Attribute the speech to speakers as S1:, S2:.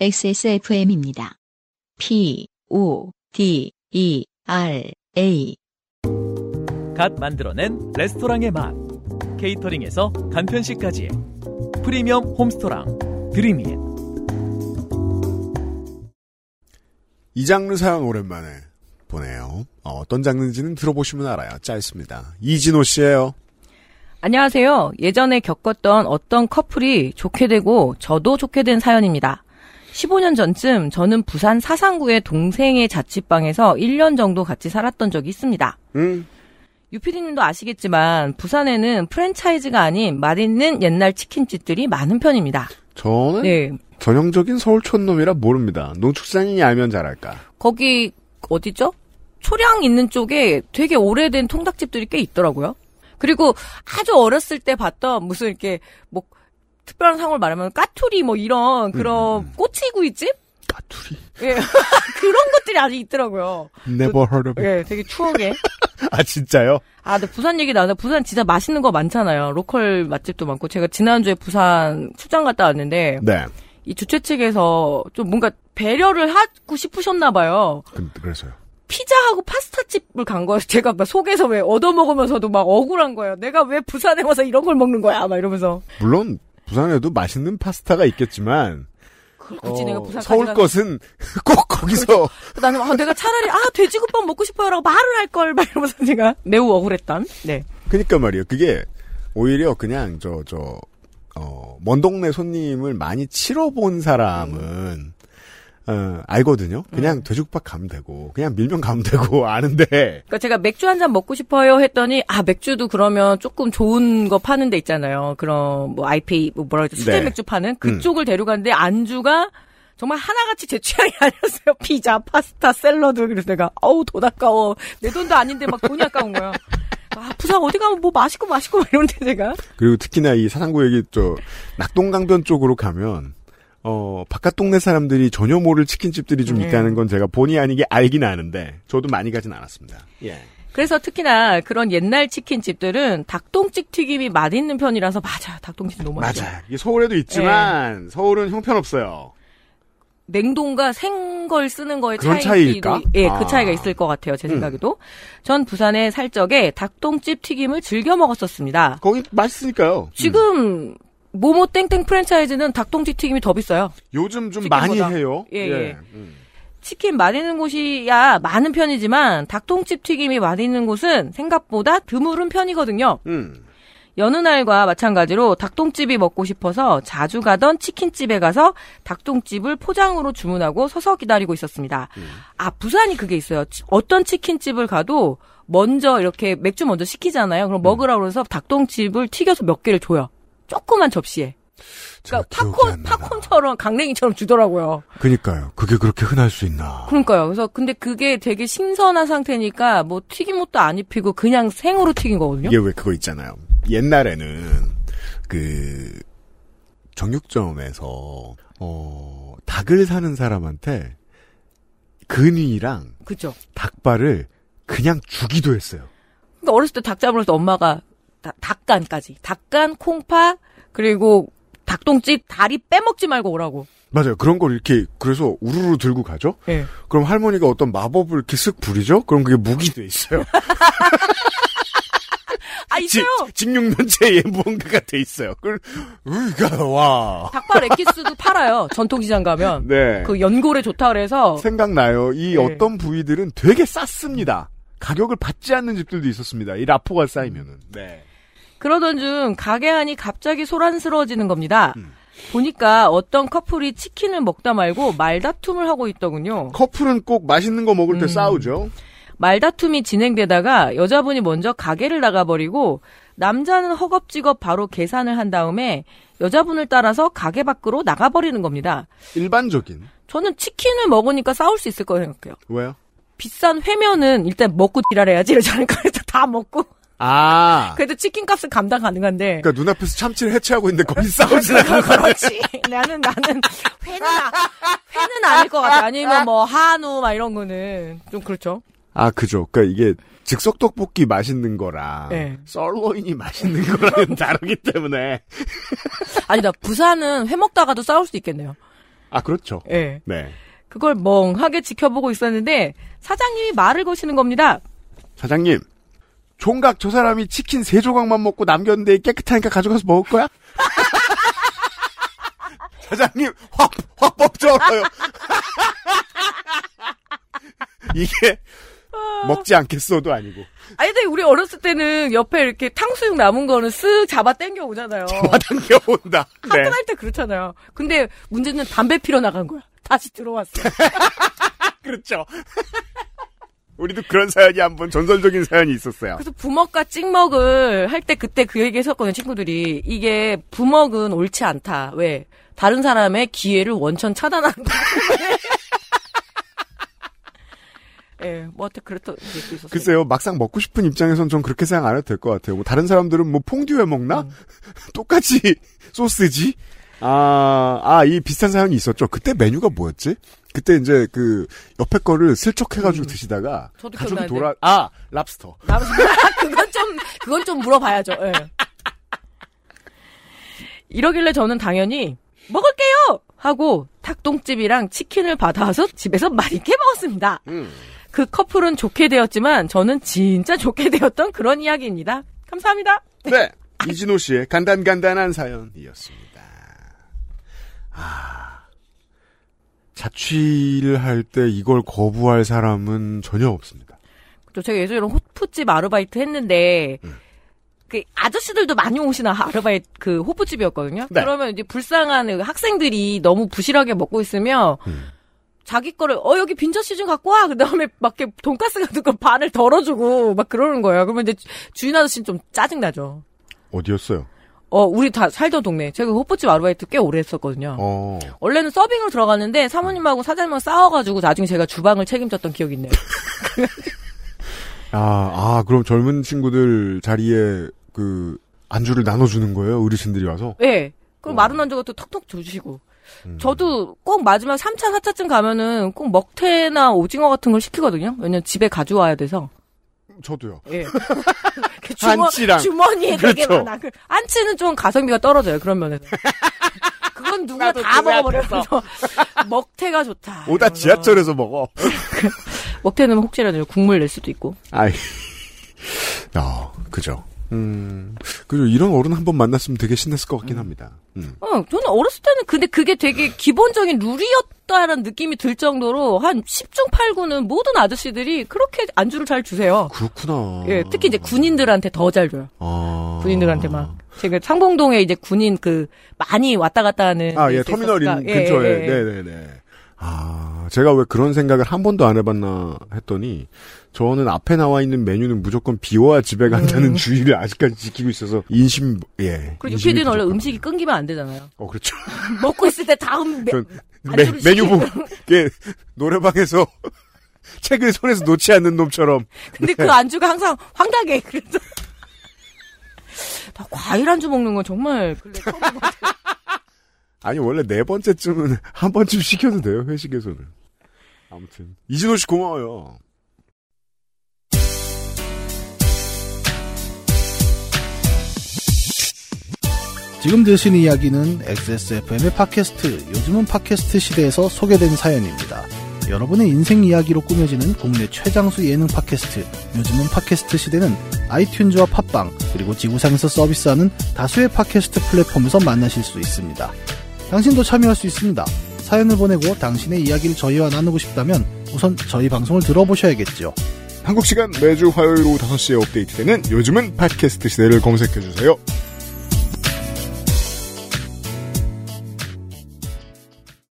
S1: XSFM입니다. P, O, D, E, R, A.
S2: 갓 만들어낸 레스토랑의 맛 케이터링에서 간편식까지 프리미엄 홈스토랑 드림인
S3: 이 장르 사연 오랜만에 보내요. 어, 떤 장르인지는 들어보시면 알아요. 짧습니다. 이진호 씨예요.
S4: 안녕하세요. 예전에 겪었던 어떤 커플이 좋게 되고 저도 좋게 된 사연입니다. 15년 전쯤 저는 부산 사상구의 동생의 자취방에서 1년 정도 같이 살았던 적이 있습니다.
S3: 음.
S4: 유피디님도 아시겠지만 부산에는 프랜차이즈가 아닌 맛있는 옛날 치킨집들이 많은 편입니다.
S3: 저는
S4: 네,
S3: 전형적인 서울촌 놈이라 모릅니다. 농축산인이 알면 잘할까.
S4: 거기 어디죠? 초량 있는 쪽에 되게 오래된 통닭집들이 꽤 있더라고요. 그리고 아주 어렸을 때 봤던 무슨 이렇게 뭐 특별한 상을 말하면 까투리 뭐 이런 그런 꼬치구이집
S3: 음, 까투리.
S4: 예. 그런 것들이 아직 있더라고요.
S3: Never heard of it.
S4: 예, 되게 추억에.
S3: 아 진짜요?
S4: 아, 근데 부산 얘기 나와서 부산 진짜 맛있는 거 많잖아요. 로컬 맛집도 많고 제가 지난주에 부산 출장 갔다 왔는데
S3: 네.
S4: 이 주최 측에서 좀 뭔가 배려를 하고 싶으셨나 봐요.
S3: 그, 그래서요.
S4: 피자하고 파스타집을 간 거예요. 제가 막 속에서 왜 얻어먹으면서도 막 억울한 거예요. 내가 왜 부산에 와서 이런 걸 먹는 거야? 막 이러면서.
S3: 물론 부산에도 맛있는 파스타가 있겠지만
S4: 그걸 굳이
S3: 어,
S4: 내가 부산까지
S3: 서울
S4: 가서-
S3: 것은 꼭 거기서
S4: 나는 아, 내가 차라리 아 돼지국밥 먹고 싶어요라고 말을 할 걸 막 이러면서 제가 매우 억울했던. 네.
S3: 그니까 말이에요. 그게 오히려 그냥 저, 저, 어, 먼 동네 손님을 많이 치러본 사람은, 어, 알거든요. 그냥 돼지국밥 가면 되고, 그냥 밀면 가면 되고, 아는데,
S4: 그러니까 제가 맥주 한 잔 먹고 싶어요 했더니 아 맥주도 그러면 조금 좋은 거 파는 데 있잖아요. 그런 뭐 IPA 뭐 뭐라 그러죠 수제
S3: 네.
S4: 맥주 파는 그쪽을 데려갔는데 안주가 정말 하나같이 제 취향이 아니었어요. 피자, 파스타, 샐러드 그래서 내가 어우 돈 아까워 내 돈도 아닌데 막 돈이 아까운 거야. 아 부산 어디 가면 뭐 맛있고 맛있고 막 이런데 제가
S3: 그리고 특히나 이 사상구 여기 저, 낙동강변 쪽으로 가면, 어, 바깥 동네 사람들이 전혀 모를 치킨집들이 좀 있다는 건 제가 본의 아니게 알긴 아는데, 저도 많이 가진 않았습니다. 예.
S4: 그래서 특히나 그런 옛날 치킨집들은 닭똥집 튀김이 맛있는 편이라서 맞아 닭똥집 너무 맛있어.
S3: 맞아요. 네. 이게 서울에도 있지만, 서울은 형편없어요.
S4: 냉동과 생 걸 쓰는 거의
S3: 그런
S4: 차이도
S3: 차이일까?
S4: 예,
S3: 아. 음.
S4: 그 차이가 있을 것 같아요. 제 생각에도. 전 부산에 살 적에 닭똥집 튀김을 즐겨 먹었었습니다.
S3: 거기 맛있으니까요.
S4: 지금 모모 땡땡 프랜차이즈는 닭똥집 튀김이 더 비싸요.
S3: 요즘 좀
S4: 치킨보다.
S3: 많이 해요.
S4: 예, 예.
S3: 음.
S4: 치킨 맛있는 곳이야 많은 편이지만 닭똥집 튀김이 맛있는 곳은 생각보다 드물은 편이거든요.
S3: 음.
S4: 여느 날과 마찬가지로 닭똥집이 먹고 싶어서 자주 가던 치킨집에 가서 닭똥집을 포장으로 주문하고 서서 기다리고 있었습니다.
S3: 음.
S4: 아, 부산이 그게 있어요. 치- 어떤 치킨집을 가도 먼저 이렇게 맥주 먼저 시키잖아요.
S3: 음.
S4: 그럼 먹으라고 그래서 닭똥집을 튀겨서 몇 개를 줘요. 조그만 접시에.
S3: 제가
S4: 그러니까
S3: 기억이
S4: 팝콘,
S3: 안 나나.
S4: 팝콘처럼 강냉이처럼 주더라고요.
S3: 그니까요. 그게 그렇게 흔할 수 있나.
S4: 그러니까요. 그래서 근데 그게 되게 신선한 상태니까 뭐 튀긴 것도 안 입히고 그냥 생으로 튀긴 거거든요.
S3: 이게 왜 그거 있잖아요. 옛날에는 그 정육점에서 어 닭을 사는 사람한테 근위랑
S4: 그죠?
S3: 닭발을 그냥 주기도 했어요.
S4: 그러니까 어렸을 때 닭 잡으면서 엄마가 다- 닭간까지 닭간 콩파 그리고 닭똥집 다리 빼먹지 말고 오라고.
S3: 맞아요. 그런 걸 이렇게 그래서 우르르 들고 가죠.
S4: 예.
S3: 그럼 할머니가 어떤 마법을 이렇게 쓱 부리죠. 그럼 그게 무기 돼 있어요.
S4: 아 있어요.
S3: 직육면체에 무언가가 돼 있어요. 그걸 으가 와.
S4: 닭발 엑기스도 팔아요. 전통시장 가면
S3: 네.
S4: 그 연골에 좋다 그래서
S3: 생각나요. 이
S4: 네.
S3: 어떤 부위들은 되게 쌌습니다. 가격을 받지 않는 집들도 있었습니다. 이 라포가 쌓이면은. 네.
S4: 그러던 중 가게 안이 갑자기 소란스러워지는 겁니다. 보니까 어떤 커플이 치킨을 먹다 말고 말다툼을 하고 있더군요.
S3: 커플은 꼭 맛있는 거 먹을 때
S4: 음.
S3: 싸우죠.
S4: 말다툼이 진행되다가 여자분이 먼저 가게를 나가버리고 남자는 허겁지겁 바로 계산을 한 다음에 여자분을 따라서 가게 밖으로 나가버리는 겁니다.
S3: 일반적인.
S4: 저는 치킨을 먹으니까 싸울 수 있을 거라 생각해요.
S3: 왜요?
S4: 비싼 회면은 일단 먹고 지랄해야지 이러지 않을까 해서 다 먹고
S3: 아.
S4: 그래도 치킨 값은 감당 가능한데
S3: 그러니까 눈앞에서 참치를 해체하고 있는데 거기 싸우진 않아요.
S4: 그렇지 나는 나는 회는 아, 회는 아닐 것 같아 아니면 뭐 한우 막 이런 거는 좀 그렇죠
S3: 아, 그죠. 그러니까 이게 즉석 떡볶이 맛있는 거랑
S4: 네.
S3: 썰로인이 맛있는 거랑은 다르기 때문에
S4: 아니다 부산은 회 먹다가도 싸울 수 있겠네요
S3: 아, 그렇죠.
S4: 예.
S3: 네.
S4: 그걸 멍하게 지켜보고 있었는데 사장님이 말을 거시는 겁니다.
S3: 사장님, 총각 저 사람이 치킨 세 조각만 먹고 남겼는데 깨끗하니까 가져가서 먹을 거야? 사장님, 확, 확 뻗쳐요. 이게, 먹지 않겠어도 아니고.
S4: 아니 근데 우리 어렸을 때는 옆에 이렇게 탕수육 남은 거는 쓱 잡아 당겨 오잖아요.
S3: 네. 와당겨온다. 네.
S4: 학교할 때 그렇잖아요. 근데 문제는 담배 피러 나간 거야. 다시 들어왔어.
S3: 그렇죠. 우리도 그런 사연이 한 번 전설적인 사연이 있었어요.
S4: 그래서 부먹과 찍먹을 할 때 그때 그 얘기 했었거든요, 친구들이. 이게 부먹은 옳지 않다. 왜? 다른 사람의 기회를 원천 차단한다. 예, 뭐, 하여튼, 그랬던 얘기 있었어요.
S3: 글쎄요, 막상 먹고 싶은 입장에선 전 그렇게 생각 안 해도 될 것 같아요. 뭐 다른 사람들은 뭐 퐁듀에 먹나?
S4: 음.
S3: 똑같이 소스지? 아, 아, 이 비슷한 사연이 있었죠. 그때 메뉴가 뭐였지? 그때 이제 그 옆에 거를 슬쩍 해가지고 드시다가
S4: 음. 저도
S3: 가족이
S4: 기억나는데.
S3: 돌아, 아, 랍스터.
S4: 남- 그건 좀, 그건 좀 물어봐야죠. 예. 이러길래 저는 당연히 먹을게요 하고 닭똥집이랑 치킨을 받아와서 집에서 맛있게 먹었습니다. 그 커플은 좋게 되었지만 저는 진짜 좋게 되었던 그런 이야기입니다. 감사합니다.
S3: 네. 이진호 씨의 간단간단한 사연이었습니다. 아. 자취를 할 때 이걸 거부할 사람은 전혀 없습니다.
S4: 저 제가 예전에 이런 호프집 아르바이트 했는데 그 아저씨들도 많이 오시나 아르바이트 그 호프집이었거든요.
S3: 네.
S4: 그러면 이제 불쌍한 학생들이 너무 부실하게 먹고 있으면
S3: 음.
S4: 자기 거를 어 여기 빈저씨 좀 갖고 와. 그다음에 막 이렇게 돈가스 같은 거 반을 덜어주고 막 그러는 거예요. 그러면 이제 주인 아저씨는 좀 짜증 나죠.
S3: 어디였어요?
S4: 어 우리 다 살던 동네. 제가 그 호프집 아르바이트 꽤 오래 했었거든요.
S3: 어.
S4: 원래는 서빙으로 들어갔는데 사모님하고 사장님하고 싸워가지고 나중에 제가 주방을 책임졌던 기억이 있네요.
S3: 아, 아, 그럼 젊은 친구들 자리에 그 안주를 나눠주는 거예요? 어르신들이 와서?
S4: 예. 그럼 마른 언저가 또 턱턱 줘주시고.
S3: 음.
S4: 저도 꼭 마지막 3차, 4차쯤 가면은 꼭 먹태나 오징어 같은 걸 시키거든요. 왜냐면 집에 가져와야 돼서.
S3: 저도요.
S4: 예. 그 주머,
S3: 안치랑.
S4: 주머니에 되게
S3: 그렇죠.
S4: 많아. 그 안치는 좀 가성비가 떨어져요, 그런 면에서. 그건 누가 다 먹어버려서. 먹태가 좋다.
S3: 오다
S4: 이러면서.
S3: 어, 지하철에서 먹어.
S4: 먹태는 혹시라도 국물 낼 수도 있고.
S3: 아이. 아, 그죠. 음, 그죠. 이런 어른 한 번 만났으면 되게 신났을 것 같긴 합니다. 음.
S4: 어, 저는 어렸을 때는 근데 그게 되게 기본적인 룰이었다라는 느낌이 들 정도로 한 10중 8구는 모든 아저씨들이 그렇게 안주를 잘 주세요.
S3: 그렇구나.
S4: 예, 특히 이제 군인들한테 더 잘 줘요.
S3: 아.
S4: 군인들한테 막. 제가 상봉동에 이제 군인 그 많이 왔다 갔다 하는
S3: 아,
S4: 데
S3: 예,
S4: 있었으니까.
S3: 터미널 인
S4: 예,
S3: 근처에.
S4: 예, 예.
S3: 네네네. 아, 제가 왜 그런 생각을 한 번도 안 해봤나 했더니, 저는 앞에 나와 있는 메뉴는 무조건 비워야 집에 간다는 주의를 아직까지 지키고 있어서, 인심, 예.
S4: 음. 그리고
S3: 인심이
S4: UPD는 원래
S3: 부족합니다.
S4: 음식이 끊기면 안 되잖아요.
S3: 어, 그렇죠.
S4: 먹고 있을 때 다음 매,
S3: 전 메,
S4: 안주를
S3: 메뉴
S4: 네, 시키고.
S3: 보고, 이렇게 노래방에서 책을 손에서 놓지 않는 놈처럼,
S4: 근데 그 안주가 항상 황당해. 그래서 나 과일 안주 먹는 건 정말 근래 처음 먹어.
S3: 아니 원래 네 번째쯤은 한 번쯤 시켜도 돼요 회식에서는. 아무튼 이진호 씨 고마워요.
S5: 지금 들으신 이야기는 XSFM의 팟캐스트, 요즘은 팟캐스트 시대에서 소개된 사연입니다. 여러분의 인생 이야기로 꾸며지는 국내 최장수 예능 팟캐스트, 요즘은 팟캐스트 시대는 아이튠즈와 팟빵, 그리고 지구상에서 서비스하는 다수의 팟캐스트 플랫폼에서 만나실 수 있습니다. 당신도 참여할 수 있습니다. 사연을 보내고 당신의 이야기를 저희와 나누고 싶다면 우선 저희 방송을 들어보셔야겠죠.
S3: 한국 시간 매주 화요일 오후 5시에 업데이트되는 요즘은 팟캐스트 시대를 검색해주세요.